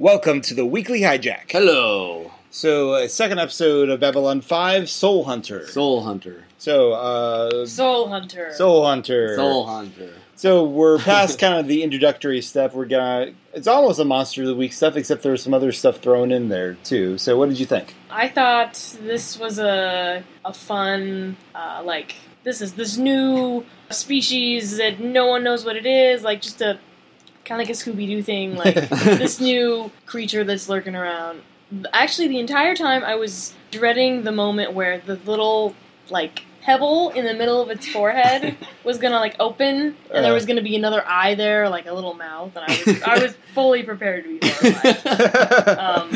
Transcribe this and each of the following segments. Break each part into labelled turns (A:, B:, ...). A: Welcome to the weekly hijack.
B: Hello,
A: So, uh, second episode of Babylon Five, Soul Hunter.
B: Soul Hunter.
A: So, uh,
C: Soul Hunter.
A: Soul Hunter.
B: Soul Hunter.
A: So we're past kind of the introductory step. We're gonna. It's almost a monster of the week stuff, except there's some other stuff thrown in there too. So, what did you think?
C: I thought this was a a fun uh, like this is this new species that no one knows what it is, like just a kind of like a Scooby Doo thing, like this new creature that's lurking around. Actually, the entire time I was dreading the moment where the little like pebble in the middle of its forehead was gonna like open and there
A: Uh.
C: was gonna be another eye there, like a little mouth, and I was I was fully prepared to be horrified. Um,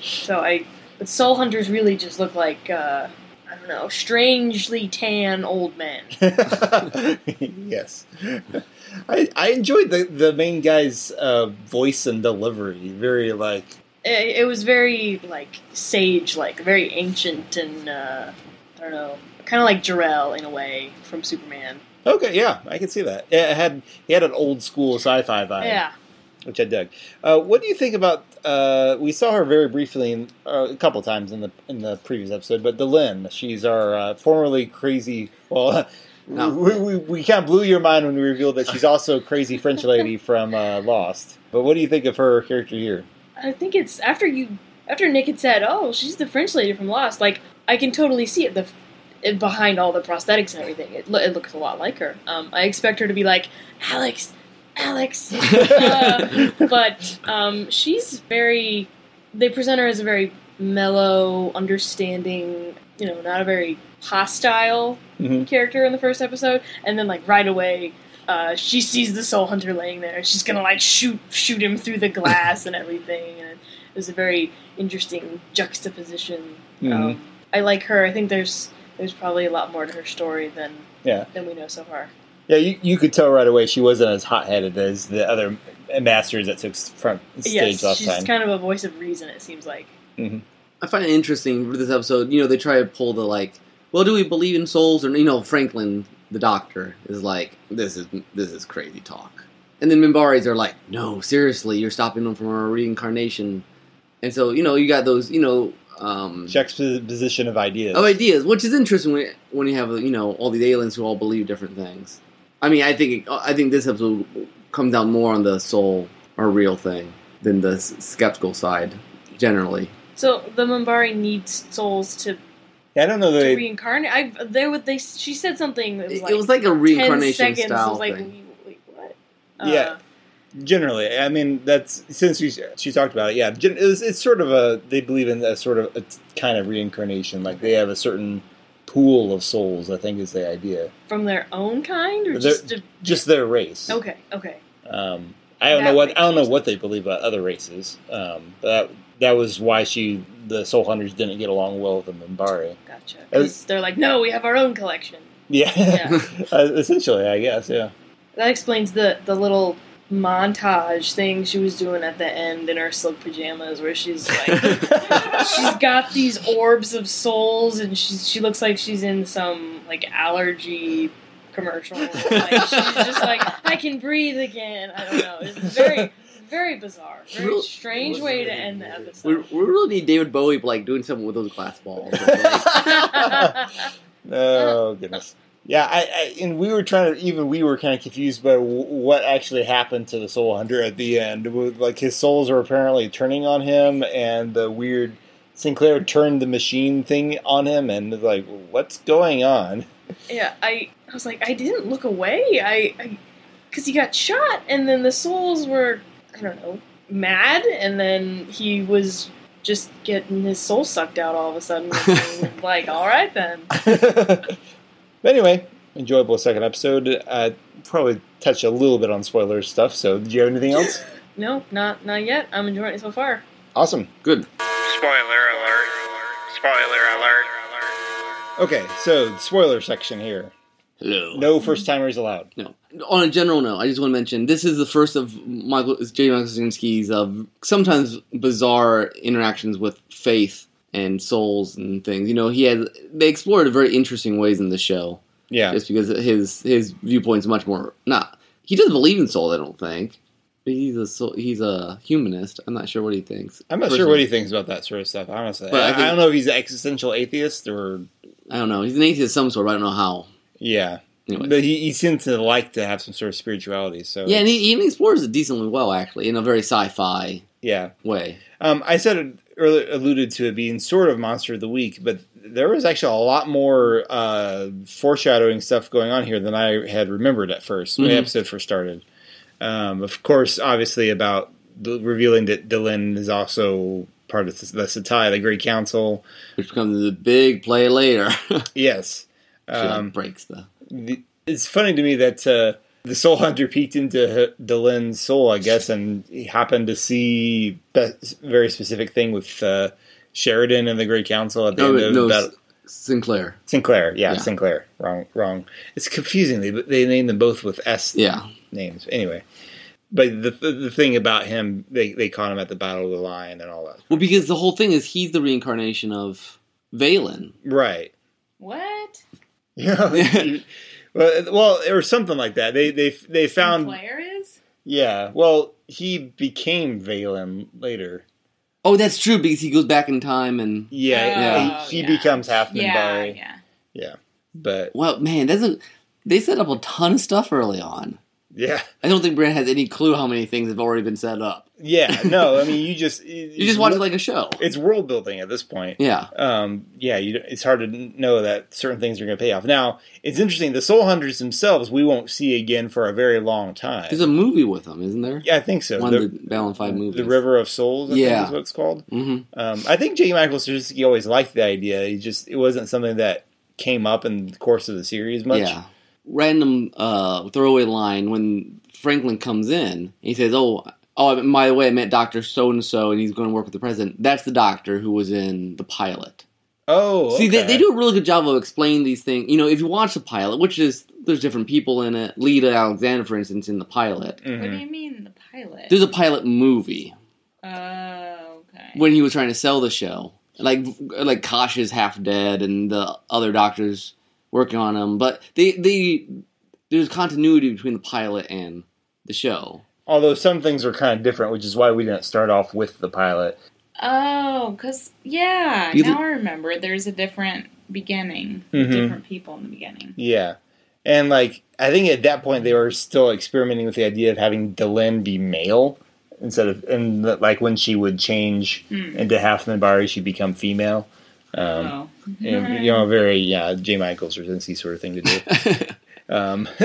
C: So I, but soul hunters really just look like uh, I don't know, strangely tan old men.
A: yes, I, I enjoyed the the main guy's uh, voice and delivery. Very like
C: It, it was very like sage, like very ancient, and uh, I don't know, kind of like Jarrell in a way from Superman.
A: okay, yeah, I can see that. It had he had an old school sci-fi vibe.
C: yeah,
A: which I dug. Uh, what do you think about? Uh, we saw her very briefly in, uh, a couple times in the in the previous episode, but Delin, she's our uh, formerly crazy. Well,
B: No.
A: we, we, we kind of blew your mind when we revealed that she's also a crazy French lady from uh, Lost. But what do you think of her character here?
C: I think it's after you, after Nick had said, "Oh, she's the French lady from Lost." Like I can totally see it. The it, behind all the prosthetics and everything, it, lo- it looks a lot like her. Um, I expect her to be like Alex, Alex. Uh, but um, she's very. They present her as a very mellow, understanding, you know, not a very hostile
A: Mhm.
C: character in the first episode. And then, like right away, uh, she sees the soul hunter laying there. She's gonna like shoot shoot him through the glass and everything. And it was a very interesting juxtaposition.
A: Mhm.
C: Um, I like her. I think there's there's probably a lot more to her story than
A: Yeah.
C: than we know so far.
A: Yeah, you, you could tell right away she wasn't as hot headed as the other masters that took s- front stage
C: yes,
A: last
C: she's
A: time.
C: kind of a voice of reason. It seems like.
B: I find it interesting for this episode. You know, they try to pull the like, well, do we believe in souls or you know, Franklin the doctor is like, this is this is crazy talk, and then Mimbari's are like, no, seriously, you're stopping them from our reincarnation, and so you know, you got those, you know, um,
A: Juxtaposition of ideas.
B: of ideas, which is interesting when when you have you know all these aliens who all believe different things. I mean, I think it, I think this episode comes out more on the soul or real thing than the s- skeptical side generally.
C: So the Mumbari needs souls to,
A: Yeah, I don't know that
C: to
A: they-
C: reincarnate. I they would they she said something. That was
B: It,
C: like
B: it was like a
C: 10
B: reincarnation
C: seconds. I
B: style
C: was like,
B: thing.
C: wait, what? Uh,
A: Yeah. generally i mean that's since she, she talked about it yeah gen- it's, it's sort of a they believe in a sort of a t- kind of reincarnation like they have a certain pool of souls i think is the idea
C: from their own kind, or
A: They're-
C: just to,
A: just their race
C: okay, okay.
A: um, i don't
C: That
A: know what
C: makes
A: i don't know
C: more
A: what they believe about other races um, but that, that was why she the soul hunters didn't get along well with the mimbari
C: Gotcha. Because they're like, no, we have our own collection.
A: yeah,
C: Yeah.
A: Uh, essentially i guess yeah
C: That explains the the little montage thing she was doing at the end in her silk pajamas, where she's like, she's got these orbs of souls, and she's she looks like she's in some like allergy commercial. Like, she's just like, I can breathe again. I don't know. It's very very bizarre, very
B: Well,
C: strange
B: it was
C: way to
B: very
C: end the
B: weird.
C: episode.
B: We, we really need David Bowie like doing something with those glass balls.
A: Oh goodness. Yeah, I, I and we were trying to even we were kind of confused by w- what actually happened to the soul hunter at the end. With, Like his souls are apparently turning on him, and the weird Sinclair turned the machine thing on him, and like what's going on?
C: Yeah, I, I was like, I didn't look away. I, because he got shot, and then the souls were, I don't know, mad, and then he was just getting his soul sucked out all of a sudden. And like, all right then.
A: but anyway, enjoyable second episode. Uh, probably touch a little bit on spoiler stuff. So, did you have anything else?
C: No, not not yet. I'm enjoying it so far.
A: awesome.
B: Good.
D: Spoiler alert. Spoiler alert.
A: Okay, so spoiler section here.
B: Hello.
A: No first timers allowed.
B: No. On a general note, I just want to mention this is the first of Michael J. Michael Straczynski's uh, sometimes bizarre interactions with faith and souls and things. You know, he had they explored very interesting ways in the show,
A: Yeah.
B: just because his his viewpoint's much more not. He doesn't believe in souls, I don't think. He's a so- he's a humanist. I'm not sure what he thinks.
A: I'm not sure what he thinks about that sort of stuff, honestly.
B: But I
A: I,
B: think-
A: I don't know if he's an existential atheist or
B: I don't know. He's an atheist of some sort. But I don't know how.
A: yeah,
B: Anyway.
A: but he, he seems to like to have some sort of spirituality. So
B: yeah, and he, he explores it decently well, actually, in a very sci-fi
A: yeah.
B: way.
A: Um, I said it earlier, alluded to it being sort of monster of the week, but there was actually a lot more uh, foreshadowing stuff going on here than I had remembered at 1st when
B: Mhm.
A: the episode first started. Um, of course, obviously about the, revealing that Dylan is also part of the, the Satai, the Great Council.
B: which becomes the big play later. She,
A: Yes.
B: like,
A: Um,
B: breaks the
A: the, it's funny to me that uh, the soul hunter peeked into H- Dylan's soul, I guess, and he happened to see that s- very specific thing with uh, Sheridan and the Great Council at the
B: no,
A: end of
B: no
A: that.
B: S- Sinclair.
A: Sinclair, yeah,
B: Oh, Yeah.
A: Sinclair. Wrong, wrong. It's confusing. They they name them both with S
B: Yeah,
A: names. Anyway, but the the the thing about him, they they caught him at the Battle of the Lion and all that.
B: well, because the whole thing is he's the reincarnation of Valen.
A: Right.
C: What?
A: Yeah. well, well, or something like that. They they they found
C: Sinclair is?
A: Yeah, well, he became Valen later.
B: Oh, that's true because he goes back in time and
A: Yeah,
C: Oh,
A: he, he
C: yeah.
A: becomes half
C: Yeah,
A: Minbari.
C: yeah.
A: But
B: well, man, that's a, they set up a ton of stuff early on.
A: yeah,
B: I don't think Brand has any clue how many things have already been set up.
A: yeah, no, I mean, you just
B: You just watch it like a show.
A: it's world building at this point.
B: Yeah,
A: Um, yeah, you, it's hard to know that certain things are going to pay off. Now, it's interesting. The Soul Hunters themselves, we won't see again for a very long time.
B: there's a movie with him, isn't there?
A: yeah, I think so.
B: One of
A: The,
B: the Balan Five movies.
A: the River of Souls, I
B: Yeah.
A: think is what it's called.
B: hmm
A: Um, I think J. Michael Straczynski always liked the idea. He just it wasn't something that came up in the course of the series much.
B: Yeah. Random uh, throwaway line when Franklin comes in, he says, "Oh, oh, and by the way, I met Doctor So and So, and he's going to work with the president." That's the doctor who was in the pilot.
A: Oh,
B: See, they,
A: okay.
B: they do a really good job of explaining these things. You know, if you watch the pilot, which is there's different people in it. Lita Alexander, for instance, in the pilot.
A: Mhm.
C: What do you mean the pilot?
B: There's a pilot movie
C: Oh, okay.
B: when he was trying to sell the show. Like like Kosh is half dead and the other doctors working on him, but they they there's continuity between the pilot and the show.
A: Although some things were kind of different, which is why we didn't start off with the pilot.
C: Oh, because, yeah,
B: You-
C: now I remember. There's a different beginning,
A: Mhm.
C: different people in the beginning.
A: Yeah. And like I think at that point they were still experimenting with the idea of having Delenn be male instead of and the, like when she would change
C: Hmm.
A: into half Minbari, she'd become female. Um,
C: oh.
A: and, you know, very yeah, J. Michaels Straczynski sort of thing to do. Um,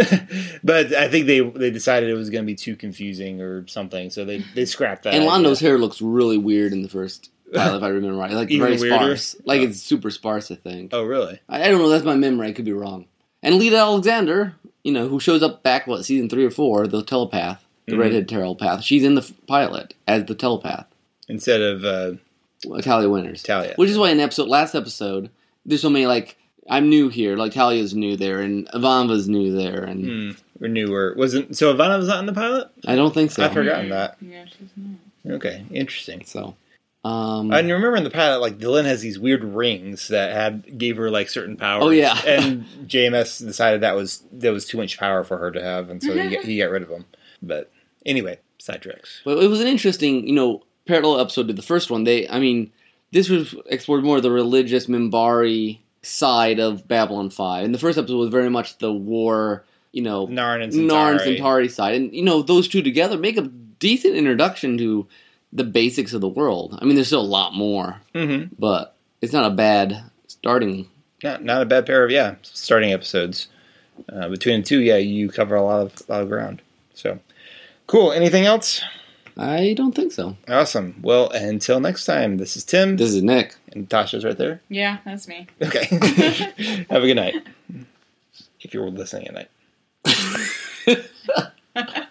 A: but I think they they decided it was going to be too confusing or something, so they they scrapped that.
B: and
A: idea.
B: Londo's hair looks really weird in the first pilot, if I remember right. Like
A: Even
B: very
A: weirder?
B: sparse. Like it's super sparse, I think.
A: Oh, really?
B: I, I don't know. That's my memory. I could be wrong. And Lita Alexander, you know, who shows up back what season three or four, the telepath, the
A: Mhm.
B: redhead telepath. She's in the f- pilot as the telepath,
A: Instead of uh,
B: Talia Winters.
A: Talia.
B: Which is why in episode last episode, there's so many like I'm new here, like Talia's new there, and Ivanva's new there, and
A: Hmm. Or newer wasn't so Ivana was not in the pilot.
B: I don't think so.
A: I forgotten that.
C: Yeah, she's not.
A: Okay, interesting.
B: So, um,
A: And you remember in the pilot, like Dylan has these weird rings that had gave her like certain powers.
B: Oh, yeah.
A: and JMS decided that was that was too much power for her to have, and so he, got- he got rid of them. But anyway, sidetracks.
B: But it was an interesting, you know, parallel episode to the first one. They, I mean, this was explored more of the religious Mimbari side of Babylon Five, and the first episode was very much the war, you know,
A: Narn and Centauri.
B: Narn Centauri side, and you know, those two together make a decent introduction to the basics of the world. I mean, there's still a lot more,
A: Mm-hmm.
B: but it's not a bad starting.
A: Not not a bad pair of yeah starting episodes. Uh, between the two, yeah, you cover a lot of lot of ground. So cool. Anything else?
B: I don't think so.
A: Awesome. Well, until next time, this is Tim
B: This is Nick.
A: and Tasha's right there.
C: Yeah, that's me.
A: Okay. Have a good night. If you were listening at night.